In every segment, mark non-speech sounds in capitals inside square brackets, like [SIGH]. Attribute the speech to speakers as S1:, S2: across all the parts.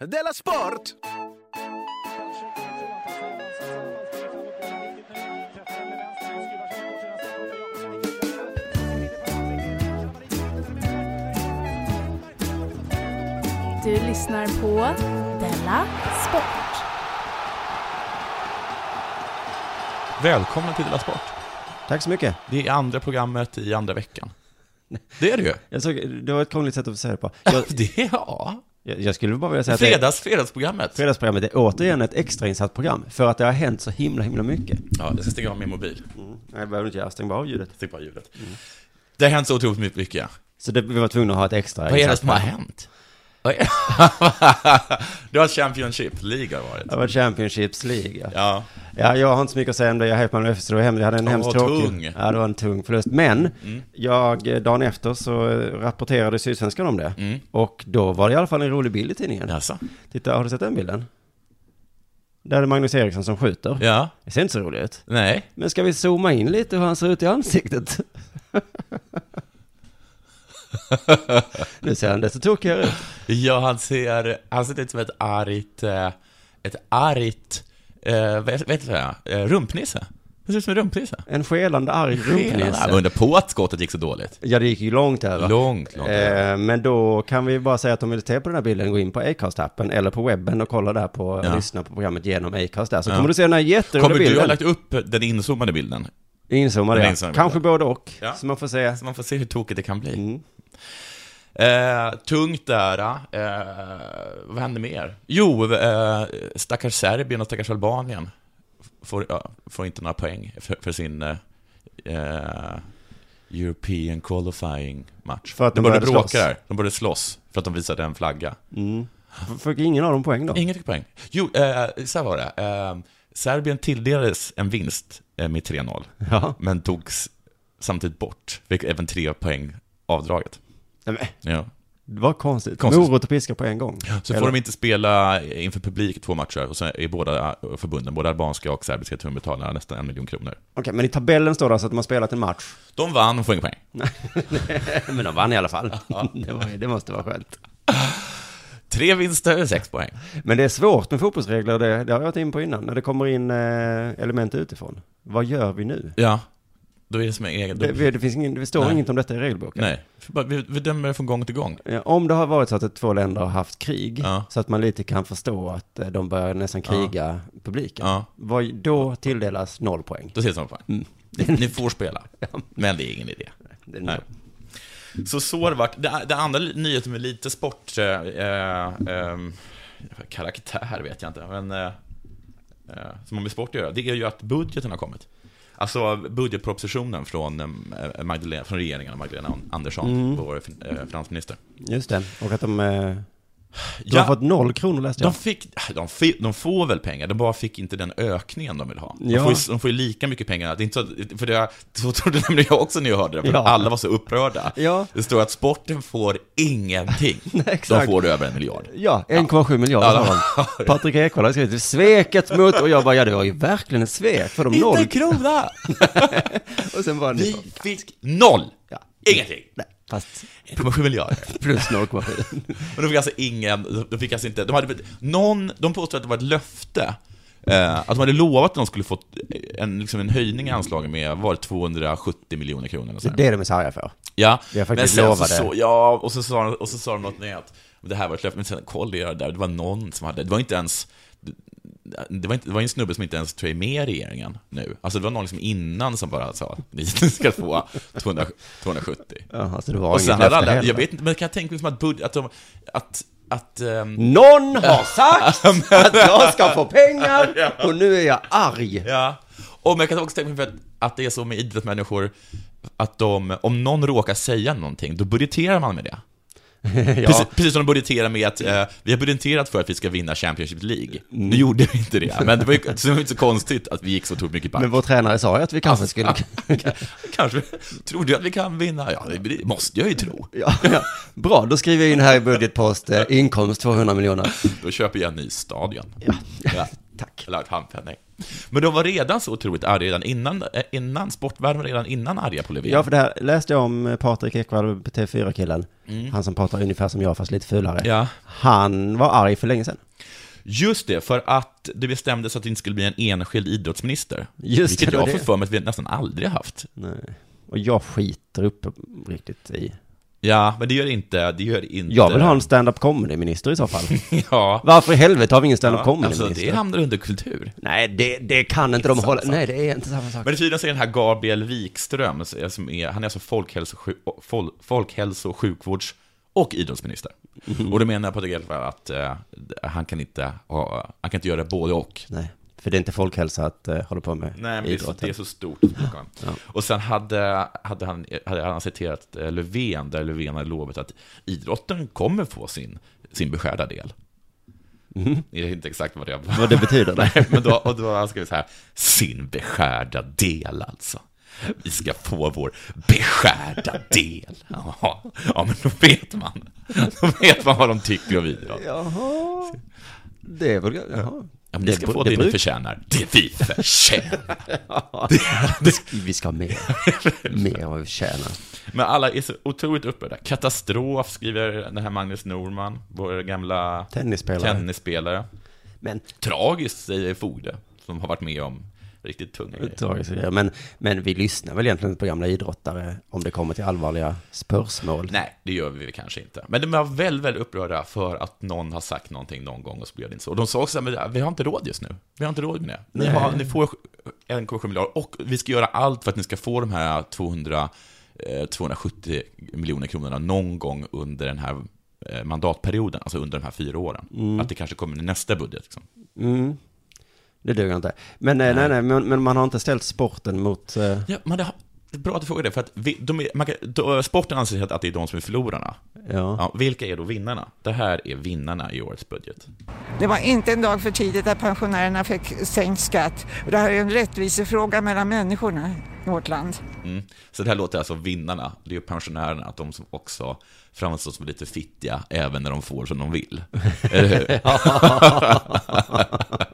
S1: Della Sport!
S2: Du lyssnar på Della Sport.
S3: Välkomna till Della Sport.
S4: Tack så mycket.
S3: Det är andra programmet i andra veckan. Det är det ju.
S4: Jag såg, det var ett krångligt sätt att säga det på. Jag,
S3: [LAUGHS] Det, ja.
S4: jag, jag skulle bara vilja säga att det-
S3: Fredags, fredagsprogrammet.
S4: fredagsprogrammet är återigen ett extrainsatt program. För att det har hänt så himla, himla mycket.
S3: Ja, jag ska stänga av min mobil.
S4: Nej, det behöver du inte göra. Stäng bara av ljudet.
S3: Stäng bara ljudet.
S4: Mm.
S3: Det har hänt så otroligt mycket. ja.
S4: Så det, vi var tvungna att ha ett extra.
S3: Vad är det
S4: insatt
S3: som har
S4: program.
S3: hänt? Vad är- [LAUGHS] Det har Championship League har varit.
S4: Det var Championships League. Ja.
S3: Ja,
S4: ja, jag har inte så mycket att säga om det. Jag är helt Malmö FFC och hem. Jag hade en
S3: Åh,
S4: hemskt tråkig...
S3: tung. Mm.
S4: Ja, det var en tung förlust. Men, jag, eh, dagen efter så eh, rapporterade Sydsvenskan om det.
S3: Mm.
S4: Och då var det i alla fall en rolig bild i tidningen.
S3: alltså.
S4: Titta, har du sett den bilden? Där är det Magnus Eriksson som skjuter.
S3: Ja,
S4: Det ser inte så roligt ut.
S3: nej.
S4: Men ska vi zooma in lite hur han ser ut i ansiktet? nu ser han desto tokigare ut.
S3: Ja, han ser, han ser ut som ett argt, eh, ett argt, eh, vad vad heter det, Eh, rumpnisse. Han ser ut som en rumpnisse.
S4: En skelande arg
S3: Jag
S4: rumpnisse.
S3: undrar på att skottet gick så dåligt.
S4: Ja, det gick ju långt över.
S3: Långt, långt över.
S4: Eh, men då kan vi bara säga att om vi vill se på den här bilden, gå in på Acast-appen eller på webben och kolla där på,
S3: Ja.
S4: och lyssna på programmet genom Acast där. Så
S3: Ja.
S4: kommer du se den här jätteroliga
S3: Kommer du ha
S4: bilden.
S3: lagt upp den inzoomade bilden?
S4: Inzoomad,
S3: Den
S4: ja.
S3: inzoomade
S4: Kanske både och.
S3: Ja.
S4: Så man får se.
S3: Så man får se hur tokigt det kan bli.
S4: Mm.
S3: Eh, tungt där. Eh, vad hände mer? Jo, eh, stackars Serbien och stackars Albanien får, ja, får inte några poäng för, för sin eh, eh, European qualifying match.
S4: För att de
S3: började
S4: började
S3: bråka
S4: slåss.
S3: där. De började slåss för att de visade en flagga.
S4: Mm. F- Fick ingen av dem poäng då?
S3: Inget poäng. Jo, eh, så här var det. Eh, Serbien tilldelades en vinst eh, med 3-0,
S4: Ja.
S3: men togs samtidigt bort. Fick även tre poäng avdraget.
S4: Nej, men,
S3: Ja.
S4: det var konstigt.
S3: Konstigt.
S4: Morot och piska på en gång.
S3: Så
S4: Eller-
S3: får de inte spela inför publik två matcher, och sen är båda förbunden, både albanska och serbiska, tvungna att betala nästan en miljon kronor.
S4: Okej, men i tabellen står det alltså att de har spelat
S3: [LAUGHS]
S4: en match.
S3: De vann och får inga poäng.
S4: men de vann i alla fall. det, var, det måste vara skönt.
S3: Tre vinster, sex poäng.
S4: Men det är svårt med fotbollsregler, det, det har jag varit in på innan, när det kommer in eh, element utifrån. Vad gör vi nu?
S3: Ja, då är det som en egen...
S4: Det, vi- det, finns ingen, det står
S3: Nej.
S4: inget om detta i regelboken.
S3: Nej, För bara- vi, vi dömer från gång till gång.
S4: Eh, Om det har varit så att ett- två länder har haft krig,
S3: Ja.
S4: så att man lite kan förstå att eh, de börjar nästan kriga publiken,
S3: Ja,
S4: vad, då tilldelas noll poäng.
S3: då ses man på
S4: Mm.
S3: poäng. Ni, ni får
S4: [LAUGHS]
S3: spela, men det är ingen idé.
S4: Det är
S3: Nej.
S4: noll.
S3: Så så har det varit. Det, det andra li- nyheten med lite sport... Eh, eh, eh, karaktär vet jag inte, men... Eh, eh, som har med sport att göra, det är ju att budgeten har kommit. Alltså budgetpropositionen från, eh, Magdalena, från regeringen och Magdalena Andersson,
S4: Mm.
S3: vår eh, finansminister.
S4: Just det, och att de, eh, de har
S3: Ja,
S4: fått noll kronor läste jag.
S3: de, fick, de, fick, de får väl pengar, de bara fick inte den ökningen de vill ha. De,
S4: Ja.
S3: får, ju, de får ju lika mycket pengar, det är inte så, att- för det, så trodde [LAUGHS] nämligen jag också när jag hörde det, för
S4: Ja.
S3: alla var så upprörda.
S4: Ja.
S3: Det står att sporten får
S4: [LAUGHS]
S3: ingenting, de
S4: exakt.
S3: får över en miljard.
S4: Ja, 1,7 miljarder
S3: Ja,
S4: har
S3: [LAUGHS]
S4: de. Patrik Ekwall har skrivit sveket mot, och jag bara, ja det var ju verkligen ett svek, för de noll.
S3: Inte en
S4: [LAUGHS]
S3: krona!
S4: Och sen bara,
S3: Vi fick noll!
S4: ja,
S3: Ingenting!
S4: nej, fast
S3: 1,7 miljarder.
S4: plus 0,7.
S3: Men de fick alltså ingen, de fick alltså inte, de hade, någon, de påstår att det var ett löfte, eh, att de hade lovat att de skulle få en, liksom en höjning i anslagen med, var det 270 miljoner kronor? eller så här.
S4: Det är de sarga för.
S3: Ja,
S4: Vi har faktiskt
S3: men sen
S4: lovat
S3: så,
S4: det.
S3: så, ja, och så sa de, och så sa de något med att det här var ett löfte, men sen kollade jag det där, det var någon som hade, det var inte ens, det var, inte, det var en snubbe som inte ens tror jag är med i regeringen nu. Alltså det var någon liksom innan som bara sa, ni [LAUGHS] ska få 200, 270.
S4: Ja, alltså det var
S3: Och
S4: inget
S3: sen hade
S4: löfte
S3: alla,
S4: heller.
S3: jag vet inte, men kan jag tänka mig som att bud, att de, att, att,
S4: Mm.
S3: ehm,
S4: Någon har
S3: [LAUGHS]
S4: sagt att jag ska få pengar, och nu är jag arg.
S3: ja. Och men jag kan också tänka mig för att, att det är så med idrottsmänniskor, att de, om någon råkar säga någonting, då budgeterar man med det.
S4: [LAUGHS] Ja,
S3: Precis, precis som de budgeterar med att eh, vi har budgeterat för att vi ska vinna Championship League.
S4: Mm.
S3: Nu gjorde vi inte det, men det var ju så det var ju inte så konstigt att vi gick så otroligt mycket back.
S4: men vår tränare sa ju att vi kanske skulle...
S3: [LAUGHS] Kanske, tror du att vi kan vinna? Ja, det måste jag ju tro.
S4: [LAUGHS] Ja, ja. Bra, då skriver jag in här i budgetpost eh, inkomst 200 miljoner.
S3: Då köper jag en ny stadion.
S4: Ja.
S3: Ja.
S4: Tack.
S3: Eller ett handpenning. Men de var redan så otroligt arga redan innan, eh, innan sportvärlden var redan innan arga på Löfven.
S4: Ja, för det här läste jag om eh, Patrik Ekwall, TV4-killen. Han som pratar ungefär som jag, fast lite fulare.
S3: Mm. ja.
S4: Han var arg för länge sedan.
S3: Just det, för att det bestämdes att det inte skulle bli en enskild idrottsminister.
S4: Just
S3: vilket
S4: det,
S3: jag
S4: det.
S3: får för mig att vi nästan aldrig har haft.
S4: Nej. Och jag skiter upp riktigt i.
S3: Ja, men det gör inte... Det gör inte
S4: Jag vill ha en stand-up comedy-minister i så fall.
S3: [LAUGHS]
S4: [LAUGHS]
S3: Ja.
S4: Varför i helvete har vi ingen stand-up
S3: Alltså,
S4: comedy-minister?
S3: det hamnar under kultur.
S4: Nej, det, det kan inte de hålla. Nej, det är inte samma sak.
S3: Men tydligen så är den här Gabriel Wikström, som är, han är alltså folkhälso, fol, folkhälso sjukvårds och idrottsminister.
S4: Mhm.
S3: Och då menar Patrik Ekwall att eh, han, kan inte ha, han kan inte göra både och.
S4: Nej, för det är inte folkhälsa att uh, hålla på med
S3: Nej, men det, är så,
S4: idrotten.
S3: det är så stort. tycker han. Och sen hade, hade, han, hade han citerat eh, Löfven, där Löfven hade lovat att idrotten kommer få sin, sin beskärda del. Det är inte exakt vad det var.
S4: Mm. Vad det
S3: [LAUGHS]
S4: betyder? Nej.
S3: Men då, och då har han skrivit så här, sin beskärda del alltså. Vi ska få vår beskärda del. [LAUGHS] Ja, ja men då vet man. Då vet man vad de tycker om idrott.
S4: Jaha.
S3: [LAUGHS]
S4: Det är väl... Jaha.
S3: Ja, men vi ska
S4: Det-
S3: få
S4: det
S3: det, vi
S4: bruk-
S3: förtjänar. Det vi
S4: [LAUGHS]
S3: förtjänar. [LAUGHS]
S4: Vi ska ha mer. mer av tjäna.
S3: Men alla är så otroligt upprörda. Katastrof, skriver den här Magnus Norman, vår gamla
S4: Tennisspelare.
S3: tennisspelare.
S4: Men,
S3: Tragiskt, säger Fogde, som har varit med om riktigt tunga grejer.
S4: tragiskt, ja, men, men vi lyssnar väl egentligen inte på gamla idrottare om det kommer till allvarliga spörsmål.
S3: Nej, det gör vi kanske inte. Men de var väldigt, väldigt upprörda för att någon har sagt någonting någon gång och så blev det inte så. Och de sa också, men vi har inte råd just nu. Vi har inte råd med det. Ni, har, ni får 1,7 miljarder och vi ska göra allt för att ni ska få de här 200, eh, 270 miljoner kronorna någon gång under den här eh, mandatperioden, alltså under de här fyra åren. Att det kanske kommer i nästa budget. Liksom.
S4: Mm. Det duger inte. Men eh, nej, nej, nej men, men man har inte ställt sporten mot... eh,
S3: Ja, men det, har- det är bra att du frågar det, för att vi, de är, man kan, då, sporten anser att det är de som är förlorarna.
S4: ja.
S3: Ja, vilka är då vinnarna? Det här är vinnarna i årets budget.
S1: Det var inte en dag för tidigt att pensionärerna fick sänkt skatt. Och Det här är en rättvisefråga mellan människorna i vårt land.
S3: Mm. Så det här låter alltså vinnarna, det är ju pensionärerna, att de som också framstår som lite fittiga även när de får som de vill. Eller hur? [LAUGHS]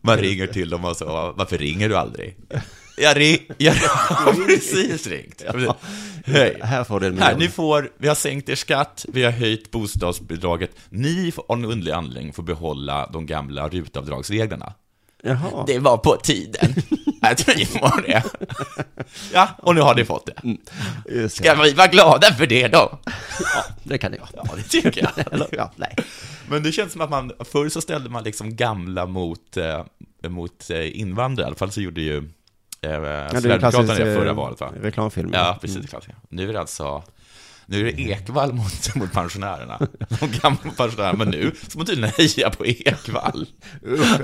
S3: Man ringer till dem och så, varför ringer du aldrig? Jag, ri- [LAUGHS] jag har precis ringt. Hej.
S4: Här får du en
S3: Här, ni
S4: miljon.
S3: får, vi har sänkt er skatt, vi har höjt bostadsbidraget, ni får av en underlig anledning får behålla de gamla rutavdragsreglerna.
S4: Jaha.
S3: Det var på [LAUGHS] tiden. Jag tror ni får det. Ja, och nu har ni fått det.
S4: Just det.
S3: Eh, Ska vi vara glada för det då?
S4: det kan det vara.
S3: Ja, det tycker jag.
S4: [LAUGHS] Eller, ja, nej.
S3: Alltså, Men det känns som att man, förr så ställde man liksom gamla mot, eh, mot eh, invandrare, i alla fall så gjorde ju eh,
S4: Ja,
S3: Sverigedemokraterna det Mm.
S4: eh,
S3: förra valet va?
S4: reklamfilm.
S3: Ja, precis. det är klart. Nu är det alltså nu är det Ekvall mot, [LAUGHS] mot pensionärerna. De gamla pensionärerna. Men nu ska man tydligen heja på Ekvall.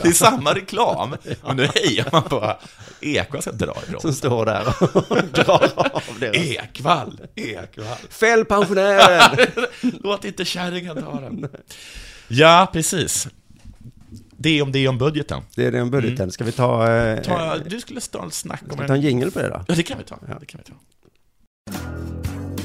S3: Det är samma reklam, men nu hejar man på Ekvall ska dra ifrån.
S4: Som står där och [LAUGHS] drar av
S3: Eh.
S4: det.
S3: Ekvall, Ekvall.
S4: Fäll pensionären!
S3: [LAUGHS] Låt inte kärringen ta den. Ja, precis. Det är om det är om budgeten.
S4: Det är den budgeten. Ska vi ta... Eh,
S3: Ta, du skulle ta en snack om
S4: Ska vi ta en
S3: en...
S4: jingle på det då?
S3: Ja, det kan vi ta. Det kan vi ta.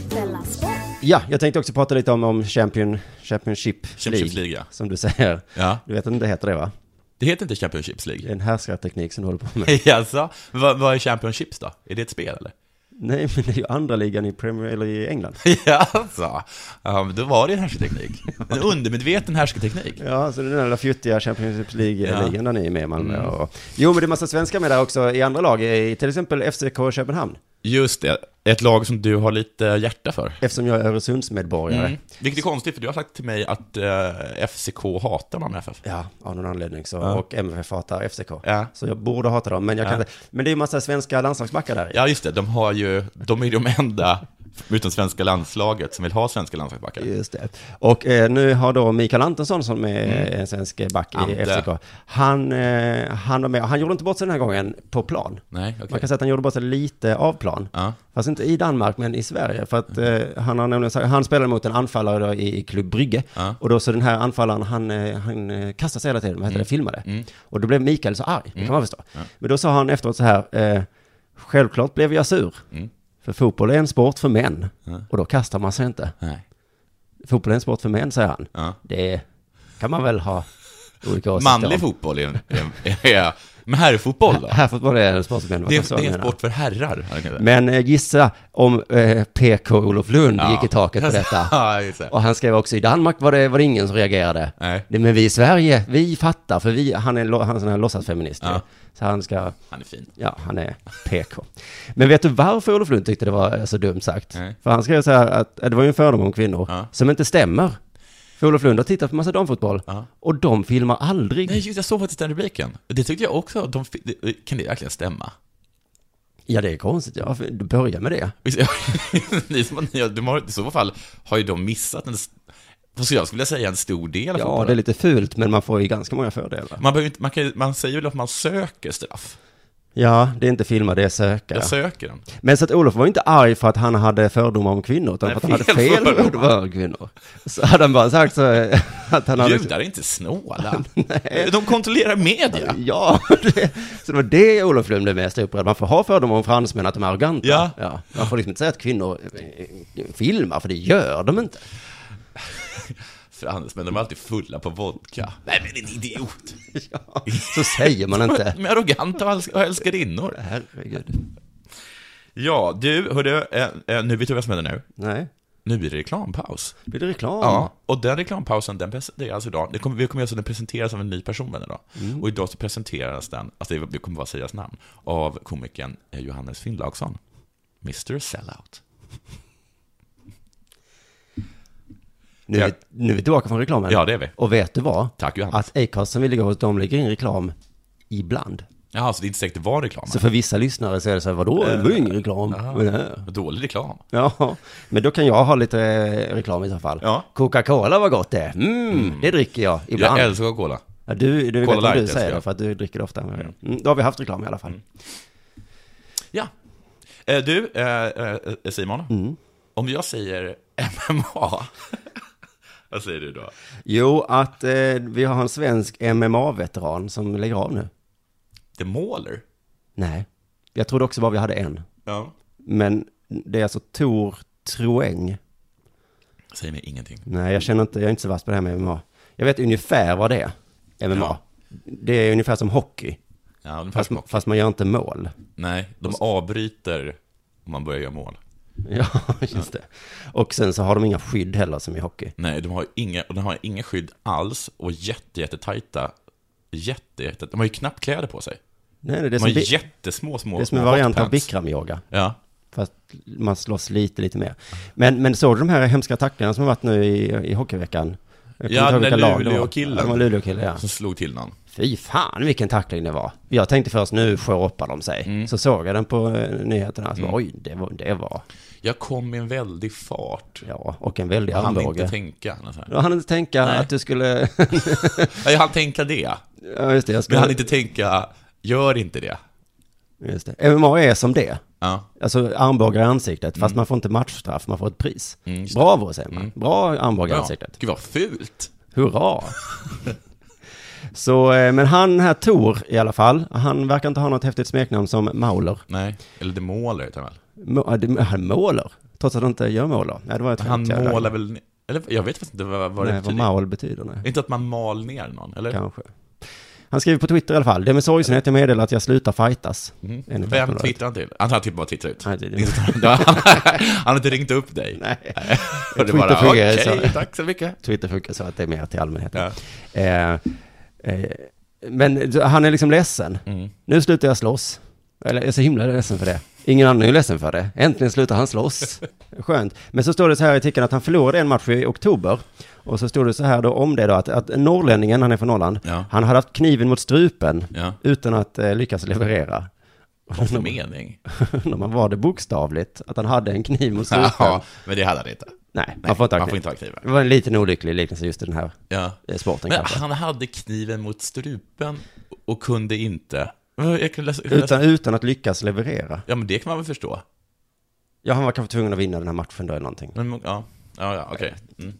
S2: Della Sport.
S4: Ja, jag tänkte också prata lite om, om champion, championship,
S3: Champions League, ja.
S4: Som du säger.
S3: Ja.
S4: Du vet att det inte heter det va?
S3: Det heter inte Championships
S4: Det
S3: League. [LAUGHS]
S4: är en härskarteknik som du håller på med.
S3: Alltså, vad, vad är Championships då? Är det ett spel eller? [LAUGHS]
S4: Nej, men det är ju andra ligan i, Premier, eller i England.
S3: Ja, alltså. Ja, men då var det en härskarteknik. En undermedveten härskarteknik.
S4: Ja, så det är den där lilla fjuttiga Champions League-ligan där ni är med i Malmö.
S3: Mm.
S4: Och... Jo, men det är massa svenskar med där också i andra lag, i till exempel FCK Köpenhamn.
S3: Just det, ett lag som du har lite hjärta för.
S4: Eftersom jag är Öresundsmedborgare.
S3: Mm. Vilket är konstigt, för du har sagt till mig att eh, FCK hatar Malmö FF.
S4: Ja, av någon anledning så. Och MFF hatar FCK.
S3: Ja.
S4: Så jag borde hata dem, men jag kan inte. Men det är ju massa svenska landslagsbackar där.
S3: Ja, just det, de, har ju, de är ju de enda, utom svenska landslaget, som vill ha svenska landslagsbackar.
S4: Just det. Och eh, nu har då Mikael Antonsson som är
S3: Mm.
S4: en svensk back i
S3: Ante.
S4: FCK. Han, eh, han var med, han gjorde inte bort sig den här gången på plan.
S3: Nej, okej.
S4: Man kan säga att han gjorde bort sig lite av plan.
S3: Ja.
S4: Fast inte i Danmark, men i Sverige. För att eh, han har nämligen sagt, han spelade mot en anfallare då i, i Klubb Brygge.
S3: Ja.
S4: Och då så den här anfallaren, han, eh, han eh, kastade sig hela tiden, vad heter
S3: Mm.
S4: det, filmade. Och då blev Mikael så arg, det kan man förstå. Men då sa han efteråt så här, eh, självklart blev jag sur.
S3: Mm.
S4: För fotboll är en sport för män. Och då kastar man sig inte.
S3: Nej.
S4: Fotboll är en sport för män, säger han.
S3: Ja.
S4: Det kan man väl ha olika åsikter
S3: Manlig
S4: om.
S3: fotboll är, är, är, men [LAUGHS] herrfotboll då?
S4: Herrfotboll är en sport som män.
S3: Det är, det är en sport för herrar. här kan jag säga.
S4: Men eh, gissa om eh, PK Olof Lund gick i
S3: [LAUGHS]
S4: taket på detta.
S3: ja, just det.
S4: Och han skrev också, i Danmark var det, var det ingen som reagerade.
S3: Nej,
S4: Det, men vi i Sverige, vi fattar, för vi, han är, lo- han är en sån här låtsasfeminist.
S3: Ja.
S4: ju. Så han ska,
S3: han är fin.
S4: ja, han är PK. Men vet du varför Olof Lund tyckte det var eh, så dumt sagt?
S3: Nej.
S4: För han skrev så här att, eh, det var ju en fördom om kvinnor,
S3: Ja.
S4: som inte stämmer. För Olof Lund har tittat på massa damfotboll,
S3: Ja.
S4: och de filmar aldrig.
S3: Nej, just, jag såg faktiskt den rubriken. Det tyckte jag också. De, fi- det- kan det verkligen stämma?
S4: Ja, det är konstigt, ja, för- börja med det.
S3: Visst, [LAUGHS] ni som har- ni har- de har, I så fall har ju de missat en, s- vad skulle jag skulle säga, en stor del av
S4: Ja,
S3: fotbollen.
S4: det är lite fult, men man får ju ganska många fördelar.
S3: Man, behöver inte, man, kan, ju- man säger väl att man söker straff?
S4: Ja, det är inte filma, det är söka.
S3: Jag söker den.
S4: Men så att Olof var inte arg för att han hade fördomar om kvinnor, utan
S3: Nej,
S4: för att han hade
S3: fel
S4: fel
S3: fördomar.
S4: fördomar om kvinnor. Så hade han bara sagt så eh, [LAUGHS] att han hade...
S3: Judar är inte
S4: [LAUGHS]
S3: snåla. De kontrollerar media.
S4: Ja, det, så det var det Olof Lund blev mest upprörd. Man får ha fördomar om fransmän, att de är arroganta.
S3: Ja.
S4: Man får liksom inte säga att kvinnor eh, filmar, för det gör de inte. [LAUGHS]
S3: Fransmän, de är alltid fulla på vodka. Nej, men en idiot.
S4: Ja, så säger man inte.
S3: De är arroganta och älsk- och älskarinnor.
S4: Herregud.
S3: Ja, du, hörde, eh, eh, nu vet du vad som händer nu.
S4: Nej,
S3: Nu blir det reklampaus.
S4: blir det reklam?
S3: Ja, och den reklampausen, den presenteras idag. Det kommer, vi kommer göra så att den presenteras av en ny person varje dag.
S4: Mm.
S3: Och idag så presenteras den, alltså det, det kommer bara sägas namn, av komikern eh, Johannes Finnlaugsson. Mr Sellout.
S4: Nu, är, nu är vi tillbaka från reklamen.
S3: Ja, det är vi.
S4: Och vet du vad?
S3: Tack Johannes.
S4: Att Acast som vi ligger hos, de lägger in reklam ibland.
S3: Ja, så det är inte säkert det var reklam.
S4: Så för vissa lyssnare så är det så här, vadå, det var ju ingen reklam. Vad är det här?
S3: Dålig reklam.
S4: Ja, men då kan jag ha lite eh, reklam i så fall.
S3: Ja.
S4: Coca-Cola, vad gott det är. Mm, det dricker jag ibland.
S3: Jag älskar cola.
S4: ja, du du
S3: Cola
S4: vet vad
S3: Light
S4: du
S3: älskar
S4: säger
S3: jag. Mm.
S4: det, för att du dricker det ofta. Mm. Då har vi haft reklam i alla fall.
S3: Ja. Eh, Du, eh, eh, Simon.
S4: Mm.
S3: Om jag säger MMA, [LAUGHS] vad säger du då?
S4: Jo, att eh, vi har en svensk MMA-veteran som lägger av nu.
S3: The Mauler?
S4: Nej, jag trodde också bara vi hade en.
S3: Ja.
S4: Men det är alltså Tor Troeng.
S3: Säger mig ingenting.
S4: Nej, jag känner inte, jag är inte så vass på det här med MMA. Jag vet ungefär vad det är, MMA.
S3: Ja.
S4: Det är ungefär som hockey,
S3: Ja, ungefär
S4: fast,
S3: som hockey.
S4: fast man gör inte mål.
S3: Nej, de avbryter om man börjar göra mål.
S4: [LAUGHS] Ja, just det. Och sen så har de inga skydd heller som i hockey.
S3: Nej, de har inga, och de har inga skydd alls och jätte, jättetajta, jätte, jätte, de har ju knappt kläder på sig.
S4: Nej, nej, det är
S3: De har
S4: som,
S3: ju
S4: bi-
S3: jättesmå, små
S4: det är som en variant av
S3: hotpants.
S4: Bikram-yoga.
S3: Ja.
S4: Fast man slåss lite, lite mer. Men, men såg du de här hemska tacklingarna som har varit nu i, i hockeyveckan? Jag kommer
S3: Ja,
S4: inte ihåg
S3: den
S4: vilka
S3: där
S4: lag det var.
S3: Luleå-killen.
S4: Ja, det var Luleå-killen, ja.
S3: Som slog till någon.
S4: Fy fan vilken tackling det var. Jag tänkte först nu shoppar de sig.
S3: Mm.
S4: Så såg jag den på eh, nyheterna. Så, Oj, det var, det var,
S3: Jag kom i en väldig fart.
S4: ja, och en väldig
S3: Han inte
S4: armbåge.
S3: tänka. eller så här.
S4: Jag hann inte tänka
S3: Nej.
S4: att du skulle... [LAUGHS]
S3: Nej, han tänka det.
S4: ja, just det, jag
S3: Men
S4: skulle...
S3: han inte tänka, gör inte det.
S4: Just det. MMA är som det.
S3: Ja.
S4: Alltså armbågar i ansiktet, fast man får inte matchstraff, man får ett pris.
S3: Mm. just det. Mm.
S4: Bravo säger man. Bra armbågar i
S3: ja.
S4: ansiktet.
S3: Gud vad fult.
S4: Hurra! [LAUGHS] Så, eh, men han här Tor i alla fall, han verkar inte ha något häftigt smeknamn som Mauler.
S3: Nej, eller det målar heter han väl.
S4: Må- äh, det- Han målar, trots att han inte gör målar. Nej, det var ett
S3: Han
S4: skämt, jävlar.
S3: målar väl, ner- eller jag vet faktiskt inte vad, vad det
S4: Nej, vad
S3: betyder.
S4: maul betyder, nej.
S3: Inte att man mal ner någon, eller?
S4: Kanske. Han skriver på Twitter i alla fall, det är med sorgsenhet jag meddelar att jag slutar fightas. Enligt
S3: Mm. Vem
S4: Aftonbladet.
S3: twittrar han till? Han har typ bara tittat ut. [LAUGHS]
S4: Nej, det är det.
S3: han har inte ringt upp dig.
S4: [LAUGHS] Nej.
S3: Och det är
S4: Twitter
S3: bara,
S4: fungerar
S3: okej,
S4: så.
S3: tack så mycket.
S4: Twitter funkar så att det är mer till allmänheten. Eh, eh, men så han är liksom ledsen.
S3: Mm.
S4: Nu slutar jag slåss. Eller jag är så himla ledsen för det. Ingen annan är ledsen för det. Äntligen slutar
S3: [LAUGHS]
S4: han slåss. Skönt. Men så står det så här i artikeln att han förlorade en match i oktober. Och så stod det så här då om det då att, att norrlänningen, han är från Norrland,
S3: Ja.
S4: han hade haft kniven mot strupen
S3: Ja.
S4: utan att eh, lyckas leverera. [LAUGHS]
S3: Vad för mening?
S4: Undrar man var det bokstavligt, att han hade en
S3: [LAUGHS]
S4: kniv mot strupen.
S3: Jaha, men det hade han inte.
S4: Nej, han får inte ha
S3: man får
S4: kniv.
S3: inte ha kniv.
S4: Det var en liten olycklig liknelse just i den här
S3: Ja.
S4: eh, sporten
S3: Men
S4: kanske.
S3: han hade kniven mot strupen och kunde inte... Jag kan läsa,
S4: Utan, utan att lyckas leverera.
S3: Ja, men det kan man väl förstå.
S4: Ja, han var kanske tvungen att vinna den här matchen då eller någonting.
S3: Men, ja, ja, ja okej. Mm.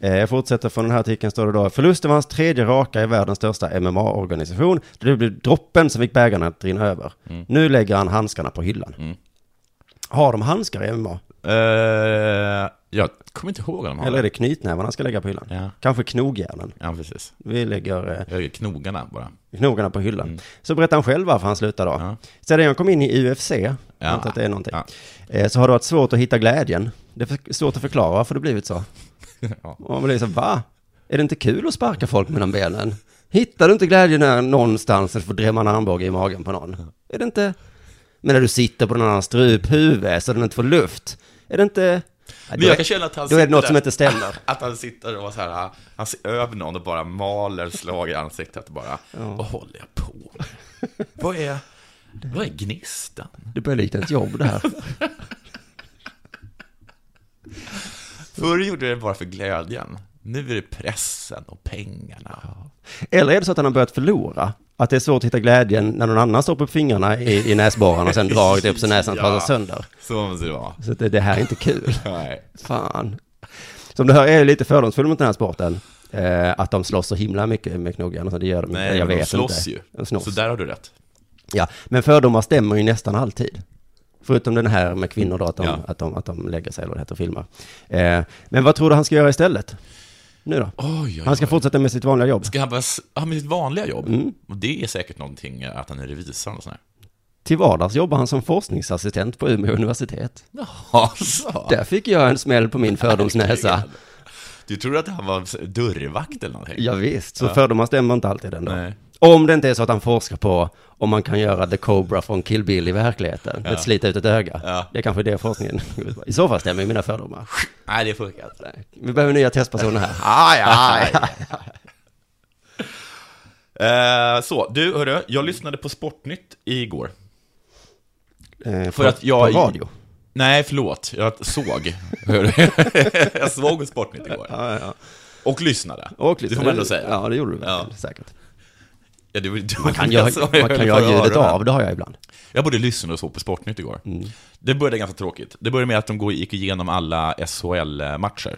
S4: Eh, jag fortsätter från den här artikeln står det då. Förlusten var hans tredje raka i världens största MMA-organisation. Det blev droppen som fick bägaren att rinna över. Nu lägger han handskarna på hyllan. Har de handskar i MMA?
S3: Eh, Jag kommer inte ihåg om han
S4: Eller är det knytnävarna ska lägga på hyllan?
S3: Ja.
S4: Kanske knogjärnen.
S3: Ja, precis.
S4: Vi lägger eh,
S3: Jag är knogarna bara.
S4: knogarna på hyllan. Så berättar han själv varför han slutar då.
S3: Mm. Ja.
S4: Sedan jag kom in i UFC, jag antar att det är någonting,
S3: Ja.
S4: eh, så har det varit svårt att hitta glädjen. Det är för- svårt att förklara varför det blivit så.
S3: [LAUGHS] Ja.
S4: Och man blir så, va? Är det inte kul att sparka folk mellan benen? Hittar du inte glädjen här någonstans eller får drämma en armbåge i magen på någon? Är det inte... Men när du sitter på någon annans struphuvud så den inte får luft, är det inte... Nej,
S3: Men
S4: då
S3: jag
S4: är-
S3: kan känna att han
S4: Då är det något
S3: sitter
S4: som
S3: där-
S4: inte stämmer.
S3: [LAUGHS] Att han sitter och så här, han ser över någon och bara maler slag i ansiktet bara. Vad håller jag på med? Vad är, vad är gnistan?
S4: Det börjar likna ett
S3: [LAUGHS]
S4: jobb det här.
S3: Förr gjorde jag det bara för glädjen. Nu är det pressen och pengarna.
S4: Eller är det så att han har börjat förlora? Att det är svårt att hitta glädjen när någon annan stoppar upp fingrarna i, i näsborren
S3: [LAUGHS]
S4: och sen drar det upp så näsan
S3: Ja.
S4: trasas sönder.
S3: Så måste det vara.
S4: Så att det, det här är inte kul.
S3: Nej.
S4: Fan. Som du hör är jag lite fördomsfull mot den här sporten. Eh, att de slåss så himla mycket med knogjärn och så, det gör de inte.
S3: Nej,
S4: Jag
S3: de
S4: vet
S3: slåss
S4: inte.
S3: ju.
S4: De slåss
S3: Så där har du rätt.
S4: Ja, men fördomar stämmer ju nästan alltid. Förutom den här med kvinnor då, att de,
S3: Ja.
S4: att de, att de lägger sig eller vad det heter och filmar. Eh, men vad tror du han ska göra istället? Nu då?
S3: Oj, oj, oj.
S4: Han ska fortsätta med sitt vanliga jobb.
S3: Ska han börja, s- ja med sitt vanliga jobb?
S4: Mm.
S3: Och det är säkert någonting, eh, att han är revisor och sådär.
S4: Till vardags jobbar han som forskningsassistent på Umeå universitet. [LAUGHS]
S3: Jaha, så.
S4: Där fick jag en
S3: [LAUGHS]
S4: smäll på min fördomsnäsa.
S3: Du trodde att han var dörrvakt eller någonting?
S4: Ja, visst, så fördomar stämmer inte alltid ändå.
S3: Nej.
S4: Om det inte är så att han forskar på om man kan göra The Cobra från Kill Bill i verkligheten, att slita ut ett öga.
S3: Ja.
S4: Det är kanske det forskningen [LAUGHS] I så fall stämmer ju mina fördomar.
S3: Nej, det funkar inte.
S4: Vi behöver nya
S3: [LAUGHS]
S4: testpersoner här.
S3: Ah, ja, ja, ja. Eh, Så, du hörru, jag lyssnade på Sportnytt igår.
S4: Eh,
S3: För att jag-
S4: På radio.
S3: Nej, förlåt, jag
S4: [LAUGHS]
S3: såg. hörru. [LAUGHS] jag såg Sportnytt igår.
S4: Ja, ja.
S3: Och lyssnade.
S4: Och
S3: Det
S4: lyssna.
S3: får man ändå säga.
S4: Ja, det gjorde du väl,
S3: Ja.
S4: säkert.
S3: Ja, det var- det var
S4: Kan
S3: jag
S4: jag,
S3: som-
S4: man kan
S3: höll
S4: göra
S3: för
S4: ljudet
S3: öronen.
S4: av, det har jag ibland.
S3: Jag både lyssnade och såg på Sportnytt igår.
S4: Mm.
S3: Det började ganska tråkigt. Det började med att de går- gick igenom alla SHL-matcher.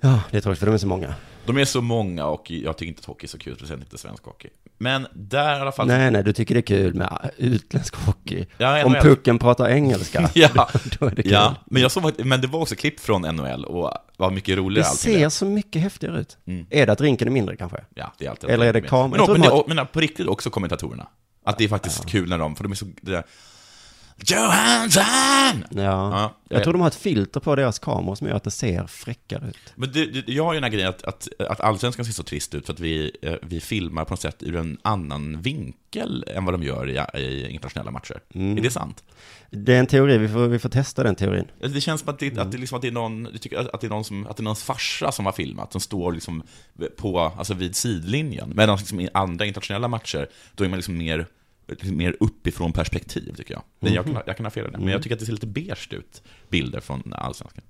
S4: Ja, det är tråkigt för de är så många.
S3: De är så många och jag tycker inte att hockey är så kul, speciellt inte svensk hockey. Men där i alla fall...
S4: Nej, nej, du tycker det är kul med utländsk hockey.
S3: Ja,
S4: Om
S3: NHL.
S4: pucken pratar engelska,
S3: [LAUGHS] [LAUGHS] Ja,
S4: [LAUGHS] då är det kul.
S3: ja men, jag såg, faktiskt- men det var också klipp från NHL och var mycket
S4: Det
S3: roligare allting.
S4: ser så mycket häftigare ut. Är det att rinken är mindre kanske?
S3: Mm. Ja, det är alltid
S4: Eller är det kameran? Jag
S3: Men,
S4: tror
S3: men,
S4: de
S3: det,
S4: har-
S3: och, men på riktigt också kommentatorerna. Att det är faktiskt kul när de, för de är så... Det där, Johansson!
S4: Ja.
S3: Ja,
S4: jag
S3: eh.
S4: tror de har ett filter på deras kameror som gör att det ser fräckare ut.
S3: Men du, du, jag har ju den här grejen att, att, att allsvenskan ser så trist ut för att vi, eh, vi filmar på något sätt ur en annan vinkel än vad de gör i, i internationella matcher. Är det sant?
S4: Det är en teori, vi får, vi får testa den teorin.
S3: Alltså, Det känns som att det, att det, liksom, att det är någon, du tycker att- att det är någon som, att det är någons farsa som har filmat, som står liksom på, alltså vid sidlinjen. Medan liksom i andra internationella matcher, då är man liksom mer, liksom mer uppifrån perspektiv, tycker jag. Men jag, kan, jag kan ha fel i det, men jag tycker att det ser lite beige ut, bilder från allsvenskan.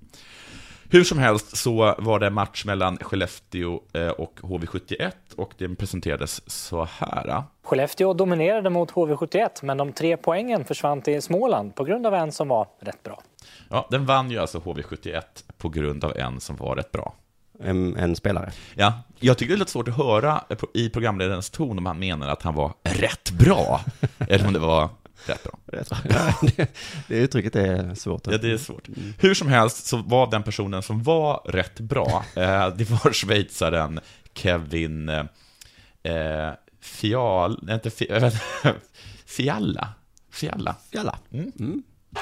S3: Hur som helst så var det en match mellan Skellefteå eh, och HV71 och den presenterades så här.
S5: Skellefteå dominerade mot HV71 men de tre poängen försvann till Småland på grund av en som var rätt bra.
S3: Ja, den vann ju alltså HV71 på grund av en som var rätt bra.
S4: En, en spelare.
S3: Ja, jag tycker det är lite svårt att höra i programledarens ton om han menar att han var rätt bra, eller om det var rätt bra. [LAUGHS]
S4: [LAUGHS] det, det uttrycket är svårt att...
S3: Ja, det är svårt. Hur som helst så var den personen som var rätt bra, eh, det var schweizaren Kevin eh, eh, Fial, nej, inte [LAUGHS] Mm. Fi, Fialla. Fialla.
S4: Jalla.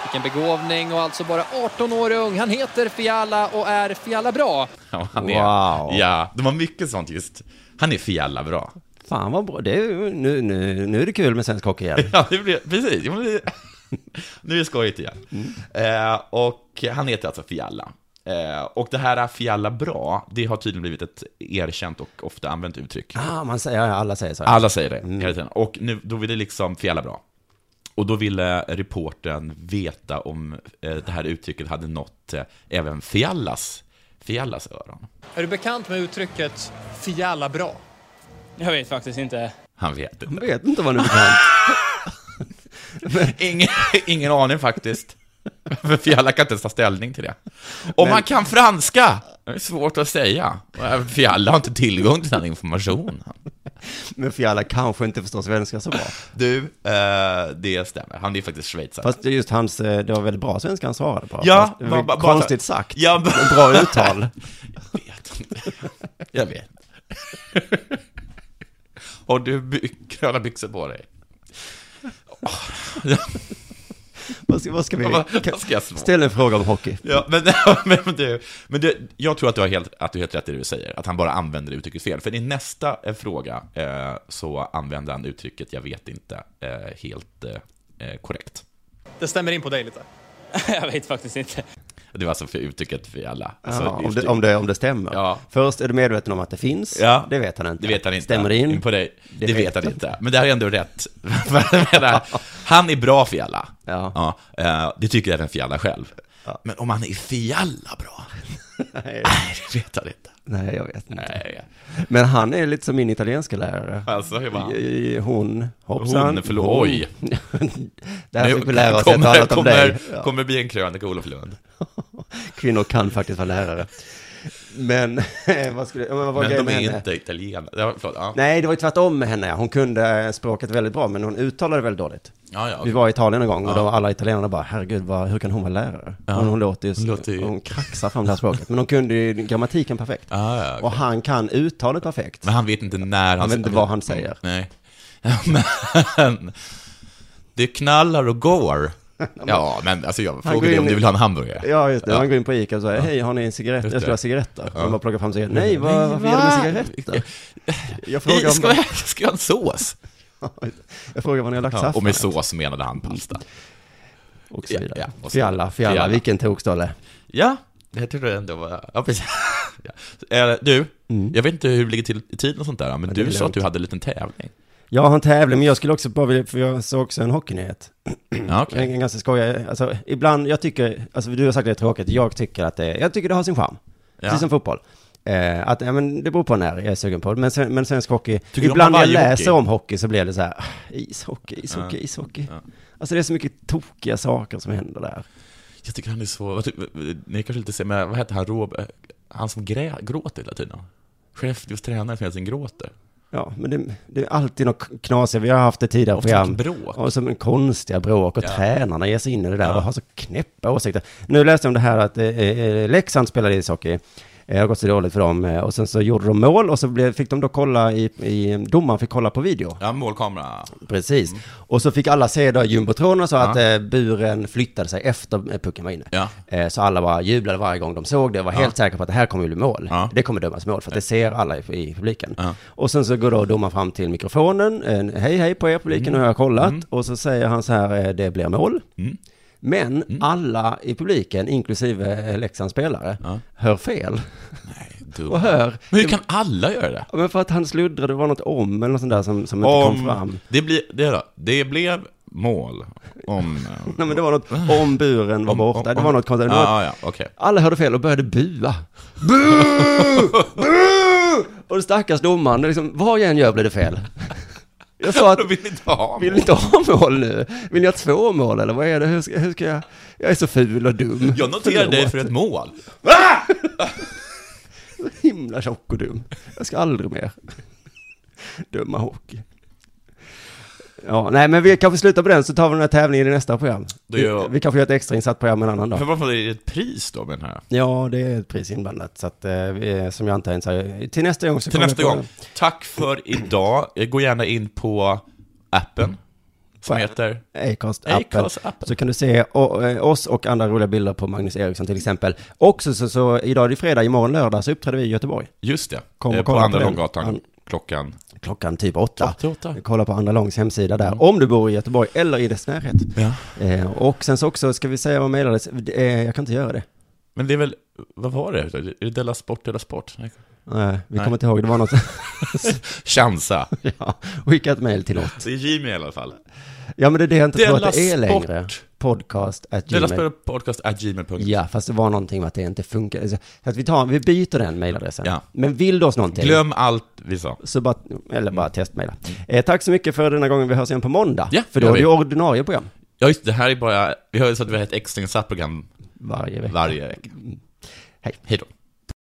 S6: Vilken begåvning och alltså bara 18 år ung. Han heter Fiala och är Fiala bra.
S3: Ja, han är,
S4: Wow.
S3: ja, det var mycket sånt just. Han är Fialla bra.
S4: Fan vad bra, det är, ju- nu, nu, nu är det kul med svensk
S3: [LAUGHS]
S4: hockey igen.
S3: Ja, det blir, precis. Ja, men det- Nu är det skojigt igen. Eh, och han heter alltså Fialla. Eh, och det här Fialla bra, det har tydligen blivit ett erkänt och ofta använt uttryck.
S4: Ah, man säger, ja, alla säger så. här.
S3: Alla säger det hela tiden. Och nu, då vill det liksom Fialla bra. Och då ville reportern veta om eh, det här uttrycket hade nått eh, även Fiallas, Fiallas öron.
S6: Är du bekant med uttrycket Fiala bra?
S7: Jag vet faktiskt inte.
S3: Han vet inte.
S4: Jag vet inte vad nu är bekant.
S3: Ingen, [LAUGHS] ingen aning faktiskt. För Fiala kan inte ens ta ställning till det. Om han kan franska! Det är svårt att säga. Fiala har inte tillgång till den informationen.
S4: Men Fiala kanske inte förstår svenska så bra.
S3: Du, eh, det stämmer. Han är faktiskt schweizare.
S4: Fast det är just hans, eh, det var väldigt bra svenska han svarade på.
S3: Ja,
S4: Fast det
S3: bara-
S4: var
S3: bara-
S4: konstigt sagt.
S3: Ja, men-
S4: En Bra uttal.
S3: Jag vet inte. Jag vet. Har du by- gröna byxor på dig?
S4: Vad ska, vad ska
S3: [LAUGHS]
S4: vi...
S3: Vad
S4: kan-
S3: vad ska jag slå?
S4: Ställ en fråga om hockey.
S3: Ja, men, [LAUGHS] men, du, men du, jag tror att du har helt, att du har helt rätt i det du säger, att han bara använder uttrycket fel. För i nästa eh, fråga eh, så använder han uttrycket ”jag vet inte” eh, helt eh, eh, korrekt.
S6: Det stämmer in på dig lite.
S7: [LAUGHS] Jag vet faktiskt inte.
S3: Det var alltså för uttrycket för alla. Alltså,
S4: Ja, om,
S3: uttryck-
S4: det, om, det, om det stämmer.
S3: Ja.
S4: Först är du medveten om att det finns.
S3: Ja.
S4: Det vet han inte.
S3: Det vet han inte.
S4: Stämmer det in?
S3: På dig. Det,
S4: vet
S3: vet han inte. Men det här är ändå rätt. [LAUGHS] För jag menar, han är bra Fiala.
S4: Ja.
S3: eh, det tycker även Fiala själv. Men om han är Fiala bra?
S4: Nej.
S3: [LAUGHS] Nej, det vet han inte.
S4: Nej, jag vet inte.
S3: Nej.
S4: Men han är lite som min italienska lärare.
S3: Alltså, hur var han?
S4: Eh, Hon, hoppsan.
S3: Hon, förlåt, oj.
S4: [LAUGHS] Där
S3: Nu
S4: fick vi lära oss ett och
S3: kommer,
S4: annat om dig.
S3: kommer,
S4: Ja.
S3: kommer bli en krönika Olof Lund.
S4: Kvinnor kan faktiskt vara lärare. Men [LAUGHS] eh, vad skulle... Vad var
S3: Men
S4: grejen
S3: de
S4: med
S3: är
S4: henne?
S3: inte italienare. Ja, förlåt. Ja.
S4: Nej, det var ju tvärtom med henne. Hon kunde eh, språket väldigt bra, men hon uttalade väldigt dåligt.
S3: Ja, ja,
S4: Vi
S3: okej.
S4: var i Italien en gång och då var alla italienarna bara, herregud, vad, hur kan hon vara lärare? Hon, hon låter ju,
S3: Hon låter ju-
S4: hon kraxar fram det här språket. Men hon kunde ju grammatiken perfekt.
S3: Ah, ja, okej.
S4: Och han kan uttalet perfekt.
S3: Men han vet inte när han... Mm,
S4: Han vet inte vad han säger.
S3: Nej. [LAUGHS] Men... Det knallar och går. Ja, men alltså jag
S4: går
S3: frågade dig om
S4: in i-
S3: du vill ha en hamburgare.
S4: Ja, just det. Han går in på Ica och säger, hej, har ni en cigarett? Jag
S3: det.
S4: skulle ha cigaretter. Och man plockar fram cigaretter. Nej, vad, varför ger de en
S3: [LAUGHS]
S4: cigaretter? Jag frågar,
S3: I, ska,
S4: om,
S3: jag, ska jag ha en sås?
S4: [LAUGHS] jag frågar var ni har lagt
S3: Ja,
S4: saft.
S3: och med sås menade han pasta.
S4: och så vidare.
S3: Ja, ja, och så-
S4: Fjalla, fjalla,
S3: Fjalla.
S4: vilken tokstolle.
S3: Ja, jag tror det ändå var... Ja, precis. [LAUGHS] Ja. Eh, Du, jag vet inte hur det ligger till i tiden och sånt där, men,
S4: Mm. det är
S3: du sa
S4: lugnt.
S3: att du hade en liten tävling.
S4: Jag har en tävling, men jag skulle också bara vilja, för jag såg också en hockeynyhet.
S3: Ja, okej.
S4: Mm. En, en ganska skojig, alltså ibland, jag tycker, alltså du har sagt det är tråkigt, jag tycker att det, jag tycker det har sin charm. Precis som fotboll. Eh, att, ja, men det beror på när jag är sugen på det. Men, sen- men svensk hockey,
S3: du om
S4: ibland när jag
S3: Hawaii-hockey?
S4: läser om hockey så blir det så här, "Ah, ishockey, ishockey, ishockey. Alltså det är så mycket tokiga saker som händer där.
S3: Jag tycker han är så... vad ty- Ni kanske inte ser, men vad heter han? Rob, han som grä, gråter hela tiden? Skellefteås tränare som hela tiden gråter.
S4: Ja, men det, det är alltid något knasigt. Vi har haft det tidigare
S3: Ofta
S4: program.
S3: mycket bråk.
S4: Och som en konstiga bråk och tränarna ger sig in i det där och har så knäppa åsikter. Nu läste jag om det här att eh, eh, Leksand spelade ishockey. Eh, Det har gått så dåligt för dem. Eh, Och sen så gjorde de mål och så blev, fick de då kolla i, i... Domaren fick kolla på video.
S3: Ja, målkamera.
S4: Precis.
S3: Mm.
S4: Och så fick alla se då jumbotronen och sa att eh, buren flyttade sig efter eh, pucken var inne.
S3: Ja.
S4: Eh, så alla bara jublade varje gång de såg det och var helt säkra på att det här kommer bli mål.
S3: Ja.
S4: Det kommer dömas mål för att det ser alla i, i publiken. Och sen så går då domaren fram till mikrofonen. En, hej hej på er
S3: Mm.
S4: publiken, nu har jag kollat. Och så säger han så här, eh, det blir mål.
S3: Mm.
S4: Men alla i publiken, inklusive eh, Leksands spelare, hör fel.
S3: Dum.
S4: Och hör,
S3: Men hur kan alla göra det?
S4: men för att han sluddrade, det var något om eller något sånt där som, som inte kom fram.
S3: det, blir, det, då, det blev mål om...
S4: [LAUGHS] Nej men det var något, om buren var
S3: Om-
S4: borta,
S3: om-
S4: det var något konstigt. Det var-
S3: Ja, ja, okej.
S4: Alla hörde fel och
S3: [LAUGHS]
S4: började bua. Bu! Bu! Och stackars domaren, det är liksom, vad jag än gör blir det fel. Jag
S3: [LAUGHS]
S4: sa att,
S3: Då vill inte ha
S4: vill
S3: mål.
S4: ni inte ha mål nu? Vill ni ha två mål eller vad är det? Hur ska, hur ska jag? Jag är så ful och dum.
S3: Jag noterar dig
S4: Förlåt.
S3: för ett mål.
S4: Himla tjock och dum. Jag ska aldrig mer [LAUGHS] döma hockey. Ja, nej men vi kanske slutar på den så tar vi den här tävlingen i nästa program.
S3: Då gör jag-
S4: Vi, vi kanske gör ett extrainsatt program en annan dag.
S3: Men varför är det ett pris då med den här?
S4: Ja, det är ett pris inblandat, så att, eh, vi- som jag inte ens har... Till nästa gång så
S3: Till
S4: kommer
S3: nästa
S4: jag på-
S3: gång. Tack för idag. Gå gärna in på appen. Som heter...
S4: Acast
S3: Acast
S4: appen. Så kan du se o- eh, oss och andra roliga bilder på Magnus Eriksson till exempel. Också så, så idag är det fredag, imorgon lördag så uppträder vi i Göteborg.
S3: Just det.
S4: Kom och
S3: Eh, på
S4: kolla på
S3: Andra
S4: den.
S3: Långgatan
S4: Han-
S3: klockan...
S4: Klockan typ åtta.
S3: Åtta, åtta. Mm.
S4: Kolla på Andra Långs hemsida där, om du bor i Göteborg eller i dess närhet.
S3: Ja.
S4: Eh, och sen så också, ska vi säga vad mejladress? Eh, jag kan inte göra det.
S3: Men det är väl, vad var det? Är det Della Sport, Della Sport? Nej.
S4: Nej, Eh, vi
S3: Nej.
S4: kommer inte ihåg, det var något. [LAUGHS]
S3: Chansa.
S4: ja, skicka ett mejl till oss.
S3: Det är Gmail i alla fall.
S4: Ja, men det är det jag inte tror
S3: Della
S4: att det är
S3: Sport.
S4: längre. Podcast at
S3: Della
S4: gmail.
S3: Sport Podcast at gmail.com.
S4: Ja, fast det var någonting med att det inte funkar. Alltså, Så att vi, tar, vi byter den mejladressen.
S3: Ja.
S4: Men vill du oss någonting?
S3: Glöm allt vi sa.
S4: Så bara, eller bara testmejla. Eh, tack så mycket för denna gången. Vi hörs igen på måndag.
S3: Ja,
S4: för då
S3: gör
S4: är det
S3: vi.
S4: ju ordinarie program
S3: Ja, just det, det här är bara, vi har ju sagt att vi har ett extrainsatt program
S4: varje vecka.
S3: varje vecka.
S4: Hej.
S3: Hej då.